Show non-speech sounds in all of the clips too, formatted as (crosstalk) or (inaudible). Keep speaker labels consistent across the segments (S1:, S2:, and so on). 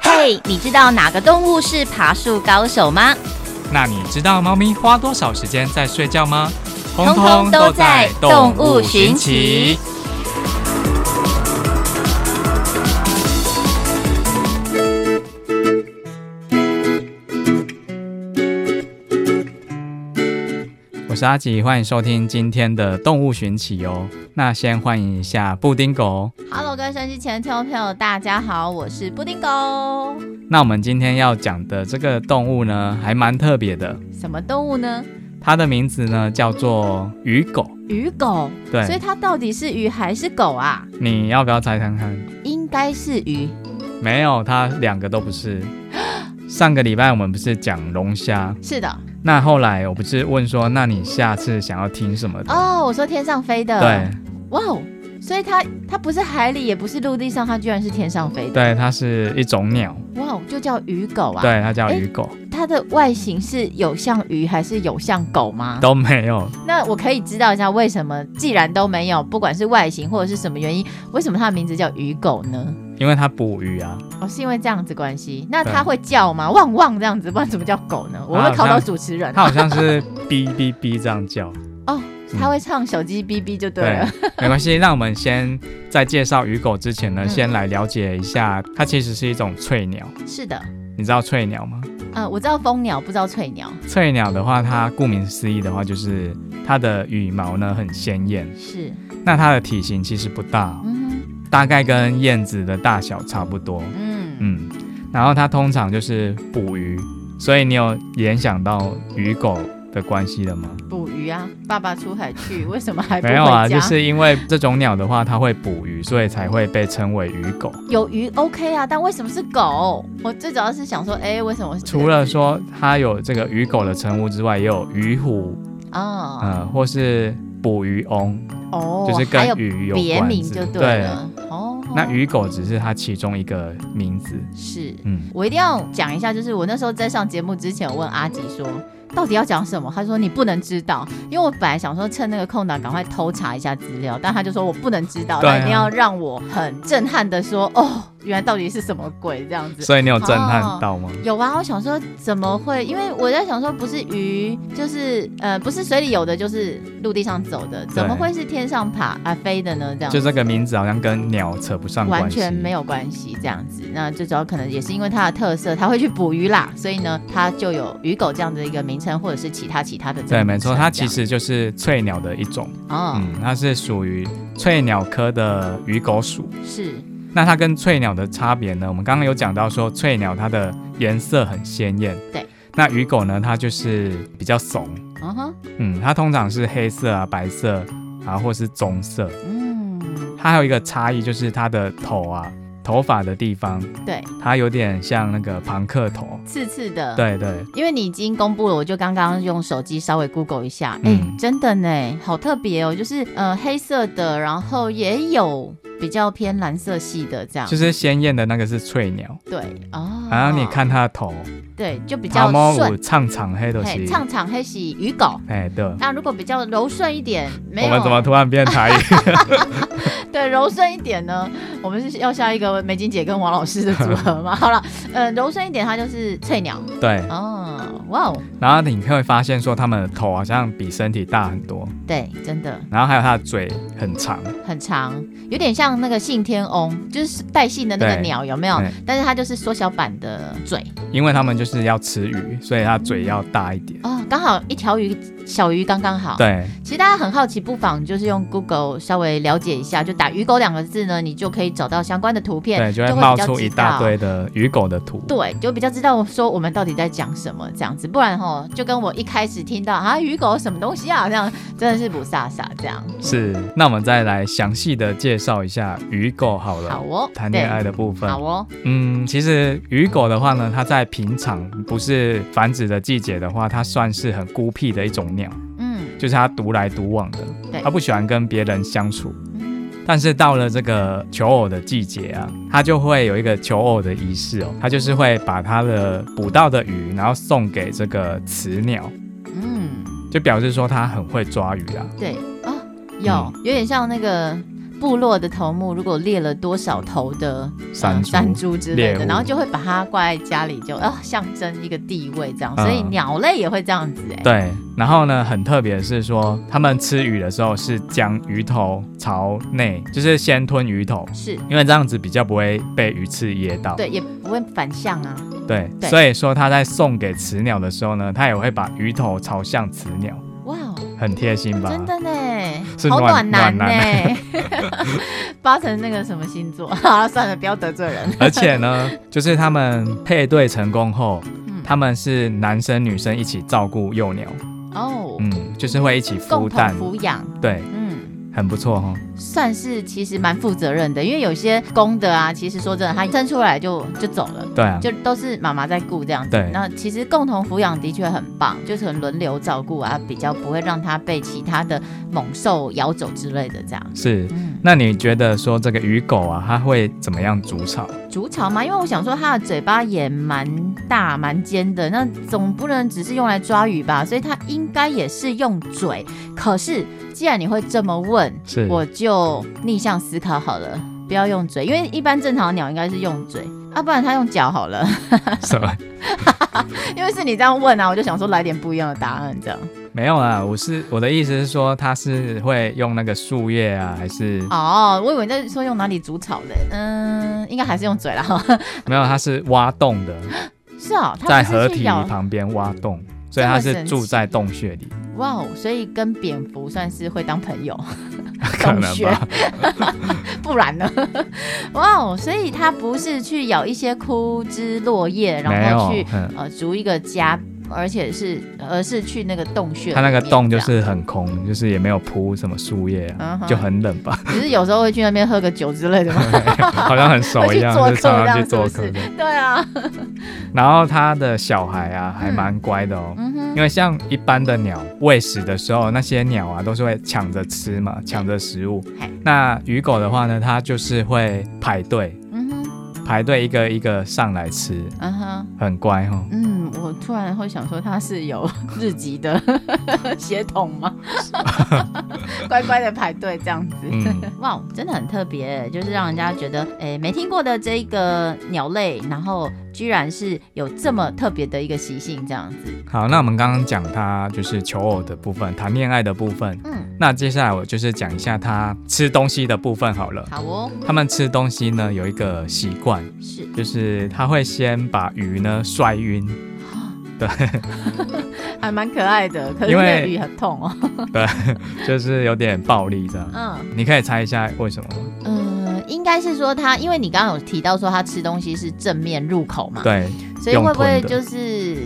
S1: 嘿，你知道哪个动物是爬树高手吗？
S2: 那你知道猫咪花多少时间在睡觉吗？
S1: 通通都在动物寻奇。
S2: 我是阿吉，欢迎收听今天的动物寻奇哦。那先欢迎一下布丁狗。哦
S1: Hello，各位收机前的听众朋友，大家好，我是布丁狗。
S2: 那我们今天要讲的这个动物呢，还蛮特别的，
S1: 什么动物呢？
S2: 它的名字呢叫做鱼狗。
S1: 鱼狗。所以
S2: 对，
S1: 它到底是鱼还是狗啊？
S2: 你要不要猜看看？
S1: 应该是鱼。
S2: 没有，它两个都
S1: (gasps)
S2: 不是。上个礼拜我们不是讲龙虾，
S1: 是的。
S2: 那后来我不是问说，那你下次想要听什么的？
S1: 哦，我说天上飞的。
S2: 呃对。
S1: 哇哦，所以它它不是海里，也不是陆地上，它居然是天上飞的。
S2: 对，它是一种鸟，
S1: 哇哦，就叫鱼狗啊。。
S2: 对，它叫
S1: 诶
S2: 鱼狗，
S1: 它的外形是有像鱼还是有像狗吗？
S2: 都没有。
S1: 那我可以知道一下为什么，既然都没有，不管是外形或者是什么原因，为什么它的名字叫鱼狗呢？
S2: 因为它捕鱼啊，
S1: 哦，是因为这样子关系。那
S2: 对啊
S1: 它会叫吗？汪汪这样子，不然怎么叫狗呢？我会考到主持人。
S2: 它好嗯像是哔哔哔这样叫。
S1: 哦，它会唱手机哔哔就对啊
S2: 对
S1: 了。，
S2: 没关系。让我们先在介绍鱼狗之前呢，
S1: 嗯
S2: 先来了解一下，它其实是一种翠鸟。
S1: 是的，
S2: 你知道翠鸟吗？
S1: 呃，我知道蜂鸟，不知道翠鸟。
S2: 翠鸟的话，它顾名思义的话，就是它的羽毛呢很鲜艳。
S1: 是，
S2: 那它的体型其实不大哦，
S1: 嗯
S2: 大概跟燕子的大小差不多。
S1: 哼嗯，
S2: 嗯，然后它通常就是捕鱼，所以你有联想到鱼狗的关系了吗？
S1: 捕鱼啊，爸爸出海去，为什么还不
S2: 没
S1: 回家？
S2: 有啊，就是因为这种鸟的话，它会捕鱼，所以才会被称为鱼狗。
S1: 有鱼 OK 啊，但为什么是狗？我最主要是想说，哎、为什么是这个
S2: 除了说它有这个鱼狗的称呼之外，也有鱼虎，
S1: 啊、
S2: 呃，或是捕鱼翁，
S1: 哦，
S2: 就是
S1: 还有
S2: 跟鱼有
S1: 别
S2: 关
S1: 名
S2: 之
S1: 就对
S2: 对。啊
S1: 了。哦，
S2: 那鱼狗只是它其中一个名字，
S1: 是，
S2: 嗯，
S1: 我一定要讲一下，就是我那时候在上节目之前，我问阿吉说。到底要讲什么？他说你不能知道，因为我本来想说趁那个空档赶快偷查一下资料，但他就说我不能知道，
S2: 对
S1: 他
S2: 啊
S1: 一定要让我很震撼的说哦，原来到底是什么鬼这样子。
S2: 所以你有震撼到吗？
S1: 有啊，我想说怎么会？因为我在想说，不是鱼，就是呃，不是水里游的，就是陆地上走的，怎么会是天上爬啊、飞的呢？这样
S2: 就这个名字好像跟鸟扯不上
S1: 完
S2: 关系，
S1: 全没
S2: 有。
S1: 有关系，这样子。那最主要可能也是因为它的特色，它会去捕鱼啦，所以呢，它就有鱼狗这样的一个名称，或者是其他其他的这
S2: 对，
S1: 个
S2: 没
S1: 名称这
S2: 错，
S1: 样。
S2: 它其实就是翠鸟的一种。
S1: 哦、
S2: 嗯，它是属于翠鸟科的鱼狗属。
S1: 是
S2: 那它跟翠鸟的差别呢？我们刚刚有讲到说，翠鸟它的颜色很鲜艳，
S1: 对。
S2: 那鱼狗呢，它就是比较怂，
S1: 嗯哼
S2: 嗯，它通常是黑色啊、白色啊，或是棕色。
S1: 嗯
S2: 它还有一个差异就是它的头啊，头发的地方，
S1: 对嗯
S2: 它有点像那个庞克头。
S1: 刺刺的。
S2: 对对，
S1: 因为你已经公布了，我就刚刚用手机稍微 Google 一下，哎、
S2: 嗯
S1: 真的呢，好特别哦，就是呃黑色的，然后也有比较偏蓝色系的这样，
S2: 就是鲜艳的那个是翠鸟。
S1: 对哦，
S2: 然后你，看它的头，
S1: 对，就比较
S2: 它猫舞
S1: 顺，
S2: 唱长黑的
S1: 嘿，
S2: 是，
S1: 唱唱黑喜鱼狗。
S2: 哎对。
S1: 那如果比较柔顺一点，没
S2: 我
S1: 有啊
S2: 们怎么突然变
S1: (laughs)
S2: 台语？
S1: 对柔顺一点呢？我们是要下一个梅金姐跟王老师的组合 (laughs) 吗？好了，呃，柔顺一点，它就是翠鸟
S2: 对，
S1: 哦，哇哦，
S2: 然后你会发现说它们的头好像比身体大很多，
S1: 对，真的，
S2: 然后还有它的嘴很长，
S1: 很长，有点像那个信天翁，就是带信的那个
S2: 对
S1: 鸟，有没有
S2: 对？
S1: 但是它就是缩小版的嘴
S2: 因为它们就是要吃鱼，所以它嘴要大一点。
S1: 哦，刚好一条鱼小鱼刚刚好。，
S2: 对，
S1: 其实大家很好奇，不妨就是用 Google 稍微了解一下，就打“鱼狗”两个字呢，你就可以找到相关的图片，
S2: 对，就会
S1: 比
S2: 冒
S1: 较
S2: 出
S1: 知
S2: 一大
S1: 道
S2: 堆的鱼狗的图。
S1: 对，就比较知道说我们到底在讲什么这样子，不然哈，就跟我一开始听到啊鱼狗什么东西啊这样，真的是不飒飒这样。
S2: 是，那我们再来详细的介绍一下鱼狗 (laughs) 好了。
S1: 好哦，
S2: 谈恋爱
S1: 的
S2: 的部分
S1: 好，哦，
S2: 嗯，其实鱼狗的话呢，它在平常不是繁殖的季节的话，它算是很孤僻的一种鸟，
S1: 嗯
S2: 就是它独来独往的
S1: 对，
S2: 它不喜欢跟别人相处。
S1: 嗯，
S2: 但是到了这个求偶的季节啊，它就会有一个求偶的仪式哦，它就是会把它的捕到的鱼，然后送给这个雌鸟，
S1: 嗯，
S2: 就表示说它很会抓鱼啦。啊
S1: 对啊，有有点像那个。部落的头目如果猎了多少头的呃
S2: 山猪
S1: 山猪之类
S2: 猎
S1: 的，
S2: 物
S1: 然后就会把它挂在家里就，啊象征一个地位这样，所以
S2: 嗯
S1: 鸟类也会这样子哎、
S2: 对，然后呢，很特别的是说，他们吃鱼的时候是将鱼头朝内，就是先吞鱼头，
S1: 是
S2: 因为这样子比较不会被鱼刺噎到。
S1: 对，也不会反向啊，
S2: 对
S1: 对
S2: 所以说他在送给雌鸟的时候呢，他也会把鱼头朝向雌鸟，
S1: 哇哦，
S2: 很贴心吧？
S1: 真的
S2: 是
S1: 呢，好
S2: 暖
S1: 男
S2: 暖 (laughs)
S1: 呢，八成那个什么星座， (laughs) 好了算了，不要得罪人，
S2: 而且呢， (laughs) 就是他们配对成功后，
S1: 嗯
S2: 他们是男生女生一起照顾幼鸟，
S1: 哦，
S2: 嗯，就是会一起孵
S1: 共同
S2: 蛋，
S1: 抚养，
S2: 对，
S1: 嗯。
S2: 很不错哦。
S1: 算是其实蛮负责任的，因为有些公的啊，其实说真的，它生出来就就走了。
S2: 对啊，
S1: 就都是妈妈在顾这样子
S2: 对，
S1: 那其实共同抚养的确很棒，就是很轮流照顾啊，比较不会让它被其他的猛兽咬走之类的这样。
S2: 是。
S1: 嗯，
S2: 那你觉得说这个鱼狗啊，它会怎么样筑巢？
S1: 筑巢嘛，因为我想说它的嘴巴也蛮大蛮尖的，那总不能只是用来抓鱼吧，所以它应该也是用嘴。可是既然你会这么问，
S2: 是
S1: 我就逆向思考好了，不要用嘴，因为一般正常的鸟应该是用嘴，啊，不然它用脚好了。
S2: (laughs)
S1: (laughs)
S2: 什么？
S1: 因为是你这样问啊，我就想说来点不一样的答案这样。
S2: 没有啦，我是我的意思是说，它是会用那个树叶啊，还是
S1: 哦，我以为你在说用哪里煮草嘞，嗯，应该还是用嘴啦。
S2: 没有？它是挖洞的，
S1: 是哦，它
S2: 在
S1: 不
S2: 河
S1: 是去
S2: 体
S1: 咬，
S2: 旁边挖洞，所以
S1: 这么
S2: 它是
S1: 神
S2: 住
S1: 奇
S2: 在洞穴里，
S1: 哇哦，所以跟蝙蝠算是会当朋友，
S2: (laughs) 可能
S1: 穴
S2: 吧？
S1: (laughs) 不然呢？哇哦，所以它不是去咬一些枯枝落叶，
S2: 没
S1: 然后
S2: 有
S1: 去，
S2: 嗯，
S1: 呃筑一个家。而且是，而是去那个洞穴里面这
S2: 它
S1: 样。
S2: 那个洞就是很空，就是也没有铺什么树叶啊，
S1: 嗯哼
S2: 就很冷
S1: (laughs)
S2: 吧，
S1: 只是有时候会去那边喝个酒之类
S2: (laughs)
S1: 的嘛。
S2: 好像很熟一样，
S1: 会
S2: 就
S1: 去
S2: 是
S1: 做
S2: 常
S1: 客
S2: 常
S1: 这
S2: 去
S1: 样
S2: 做
S1: 是不
S2: 客
S1: 是
S2: 的。
S1: (laughs) 对啊，
S2: 然后它的小孩啊，还
S1: 嗯
S2: 蛮乖的哦。
S1: 嗯哼，
S2: 因为像一般的鸟喂食的时候，那些鸟啊都是会抢着吃嘛，抢着食物
S1: 嘿。
S2: 那鱼狗的话呢，它就是会排队，
S1: 嗯哼，
S2: 排队一个一个上来吃，
S1: 嗯哼，
S2: 很乖哦。
S1: 嗯，我突然会想说他是有 (laughs) 日籍的血统吗？ (laughs) 乖乖的排队这样子。
S2: 嗯，
S1: 哇，真的很特别，就是让人家觉得，诶，没听过的这个鸟类，然后居然是有这么特别的一个习性，这样子。
S2: 好，那我们刚刚讲它就是求偶的部分，谈恋爱的部分。
S1: 嗯，
S2: 那接下来我就是讲一下它吃东西的部分好了。
S1: 好哦，
S2: 它们吃东西呢有一个习惯，
S1: 是
S2: 就是它会先把鱼呢摔晕，
S1: 还蛮可爱的，可是
S2: 因为
S1: 那个鱼很痛哦。
S2: 就是有点暴力这样。
S1: (laughs) 嗯。
S2: 你可以猜一下为什么吗？
S1: 嗯，应该是说他，因为你刚刚有提到说他吃东西是正面入口嘛，
S2: 对，
S1: 所以会不会
S2: 用吞的
S1: 就是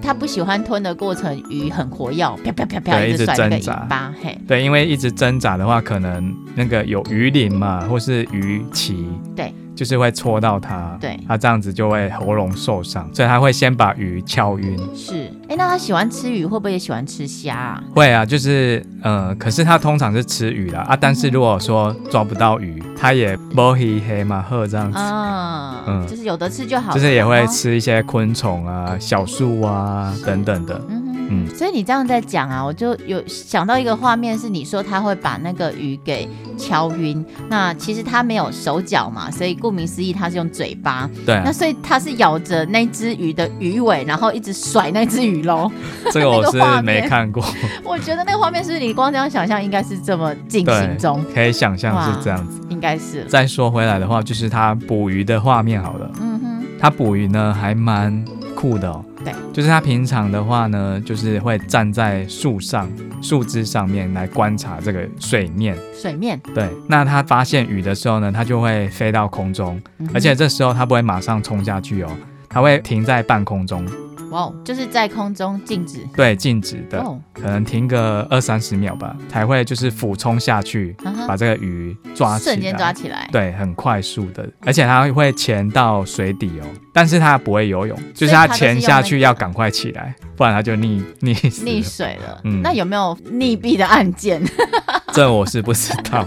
S1: 他不喜欢吞的过程，鱼很活跃，啪啪啪啪
S2: 对
S1: 一
S2: 一直
S1: 直甩那个
S2: 挣
S1: 尾
S2: 扎
S1: 巴，嘿，
S2: 对，因为一直挣扎的话，可能那个有鱼鳞嘛，或是鱼鳍，
S1: 对，
S2: 就是会戳到它，
S1: 对
S2: 它这样子就会喉咙受伤，所以它会先把鱼敲晕。
S1: 是，哎，那他喜欢吃鱼，会不会也喜欢吃虾啊？
S2: 会啊，就是呃，可是它通常是吃鱼啦啊，但是如果说抓不到鱼，它也摸黑黑嘛，喝这样子。
S1: 啊、
S2: 嗯
S1: 就是有的吃就好了，
S2: 就是也会
S1: 哦。
S2: 吃一些昆虫啊、小树啊等等的，
S1: 嗯哼
S2: 嗯
S1: 所以你这样在讲啊，我就有想到一个画面，是你说他会把那个鱼给敲晕。那其实他没有手脚嘛，所以顾名思义，他是用嘴巴。
S2: 对啊
S1: 那，所以他是咬着那只鱼的鱼尾，然后一直甩那只鱼喽。
S2: (laughs) 这个我是
S1: 那个画面
S2: 没看过，
S1: 我觉得那个画面是不是你光这样想象，应该是这么进行中，
S2: 可以想象
S1: 哇
S2: 是这样子。
S1: 应该是。
S2: 再说回来的话，就是它捕鱼的画面好了，
S1: 嗯哼，
S2: 他捕鱼呢还蛮酷的哦。
S1: 对，
S2: 就是他平常的话呢，就是会站在树上、树枝上面来观察这个水面。
S1: 水面，
S2: 对，那他发现鱼的时候呢，他就会飞到空中，
S1: 嗯哼
S2: 而且这时候他不会马上冲下去哦，他会停在半空中，
S1: 哇哦，就是在空中静止。
S2: 对，静止的，
S1: 哦，
S2: 可能停个二三十秒吧，才会就是俯冲下去，
S1: 啊哈
S2: 把这个鱼抓起来。
S1: 瞬间抓起来，
S2: 对，很快速的，而且它会潜到水底哦，但是它不会游泳，就是它
S1: 它都是
S2: 潜下
S1: 用
S2: 去
S1: 那个
S2: 要赶快起来，不然它就溺溺死
S1: 溺
S2: 了。
S1: 水了。
S2: 嗯
S1: 那有没有溺毙的案件？ (laughs)
S2: 这我是不知道，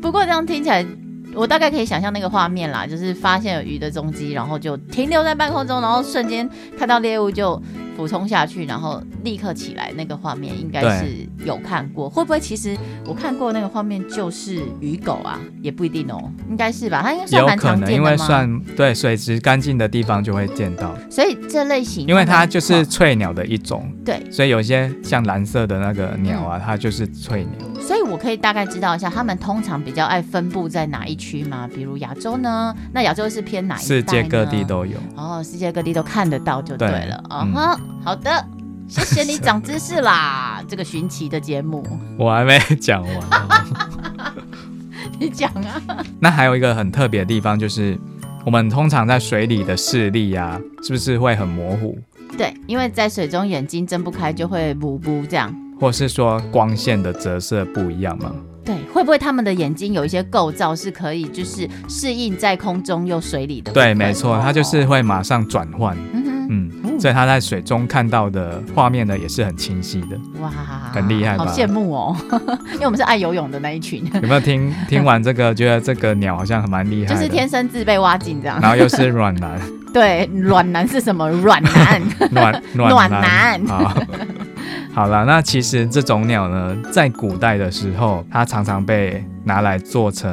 S1: 不过这样听起来。我大概可以想象那个画面啦，就是发现有鱼的踪迹，然后就停留在半空中，然后瞬间看到猎物就补充下去，然后立刻起来那个画面，应该
S2: 对
S1: 是有看过。会不会其实我看过那个画面就是鱼狗啊？也不一定哦，应该是吧？它应该 (laughs)
S2: 也
S1: 算
S2: 有
S1: 蛮
S2: 可
S1: 常
S2: 能
S1: 见
S2: 因为
S1: 的嘛。
S2: 算对水质干净的地方就会见到，
S1: 所以这类型，
S2: 因为它就是翠鸟的一种，
S1: 对，
S2: 所以有些像蓝色的那个鸟啊，它就是翠鸟，
S1: 所以我可以大概知道一下，他们通常比较爱分布在哪一区吗？比如亚洲呢？那亚洲是偏哪一带
S2: 世界各地
S1: 呢
S2: 都有。
S1: 哦，世界各地都看得到就对
S2: 对
S1: 了。啊
S2: 嗯
S1: 哈，好的，谢谢你长知识啦！ (laughs) 这个寻奇的节目， (laughs)
S2: 我还没讲完哦，
S1: 你讲啊，
S2: 那还有一个很特别的地方就是，我们通常在水里的视力啊，是不是会很模糊，
S1: 对，因为在水中眼睛睁不开就会补补这样。
S2: 或是说光线的折射不一样嘛？
S1: 对，会不会他们的眼睛有一些构造是可以就是适应在空中又水里的？
S2: 对，没错，它就是。会马上转换，
S1: 哦嗯
S2: 嗯，所以它在水中看到的画面呢也是很清晰的。
S1: 哼，哇，
S2: 很厉害吧
S1: 好羡慕哦， (laughs) 因为我们是爱游泳的那一群，
S2: 有没有听听完这个，觉得这个鸟好像还蛮厉害
S1: 就
S2: 的？
S1: 是天生自被挖井这样。
S2: 然后又是软男，
S1: 对，软男是什么？软
S2: (laughs)
S1: 男，
S2: 暖
S1: 暖
S2: 男
S1: 男
S2: 好，好了，那其实这种鸟呢，在古代的时候，它常常被拿来做成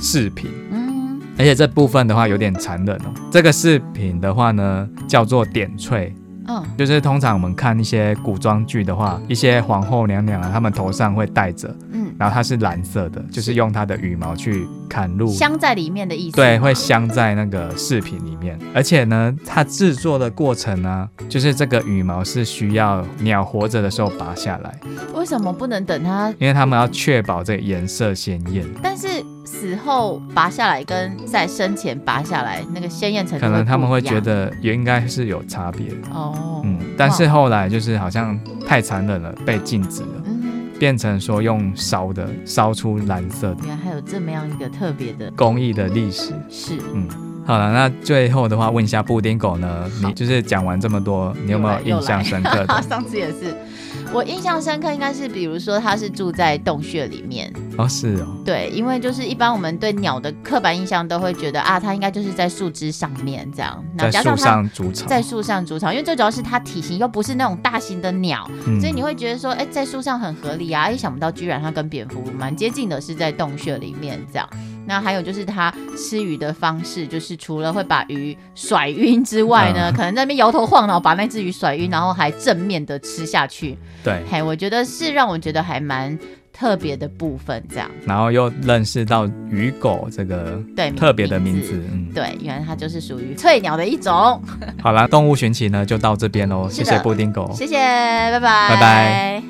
S2: 饰品，
S1: 嗯，
S2: 而且这部分的话有点残忍哦。这个饰品的话呢，叫做点翠，
S1: 嗯，
S2: 就是通常我们看一些古装剧的话，一些皇后娘娘啊，她们头上会戴着，
S1: 嗯，
S2: 然后它是蓝色的，就是用它的羽毛去砍入
S1: 镶在里面的意思。
S2: 嗯对，会镶在那个饰品里面，而且呢，它制作的过程呢、就是这个羽毛是需要鸟活着的时候拔下来，
S1: 为什么不能等它？
S2: 因为它们要确保这个颜色鲜艳，
S1: 但是死后拔下来跟在生前拔下来那个鲜艳程度
S2: 可能他们
S1: 不
S2: 会
S1: 一样
S2: 觉得也应该是有差别，
S1: 哦，
S2: 嗯，但是后来就是好像太残忍了，被禁止了，
S1: 嗯，
S2: 变成说用烧的烧出蓝色的
S1: 原来还有这么样一个特别的
S2: 工艺的历史。
S1: 事。 (laughs)
S2: 好了，那最后的话问一下布丁狗呢，
S1: 好
S2: 你就是讲完这么多，你有没有
S1: 又来又
S2: 印象
S1: 来
S2: 深
S1: (laughs)
S2: 刻的？
S1: 上次也是，我印象深刻应该是，比如说它是住在洞穴里面，
S2: 哦，是哦，
S1: 对，因为就是一般我们对鸟的刻板印象都会觉得啊，它应该就是在树枝上面这样，那
S2: 在
S1: 加
S2: 树
S1: 上它
S2: 上筑巢，
S1: 在树上筑巢，因为最主要是它体型又不是那种大型的鸟，
S2: 嗯
S1: 所以你会觉得说，哎、在树上很合理啊！哎，想不到居然它跟蝙蝠蛮接近的，是在洞穴里面这样。那还有就是它吃鱼的方式，就是除了会把鱼甩晕之外呢，
S2: 嗯
S1: 可能在那边摇头晃脑把那只鱼甩晕，然后还正面的吃下去。
S2: 对，
S1: 嘿，我觉得是让我觉得还蛮特别的部分，这样
S2: 然后又认识到鱼狗这个
S1: 对
S2: 特别的名字。。嗯，
S1: 对，原来它就是属于翠鸟的一种。
S2: 好啦，动物寻奇呢就到这边喽，
S1: 是
S2: 谢
S1: 的
S2: 谢布丁狗，
S1: 谢谢，拜拜，
S2: 拜拜。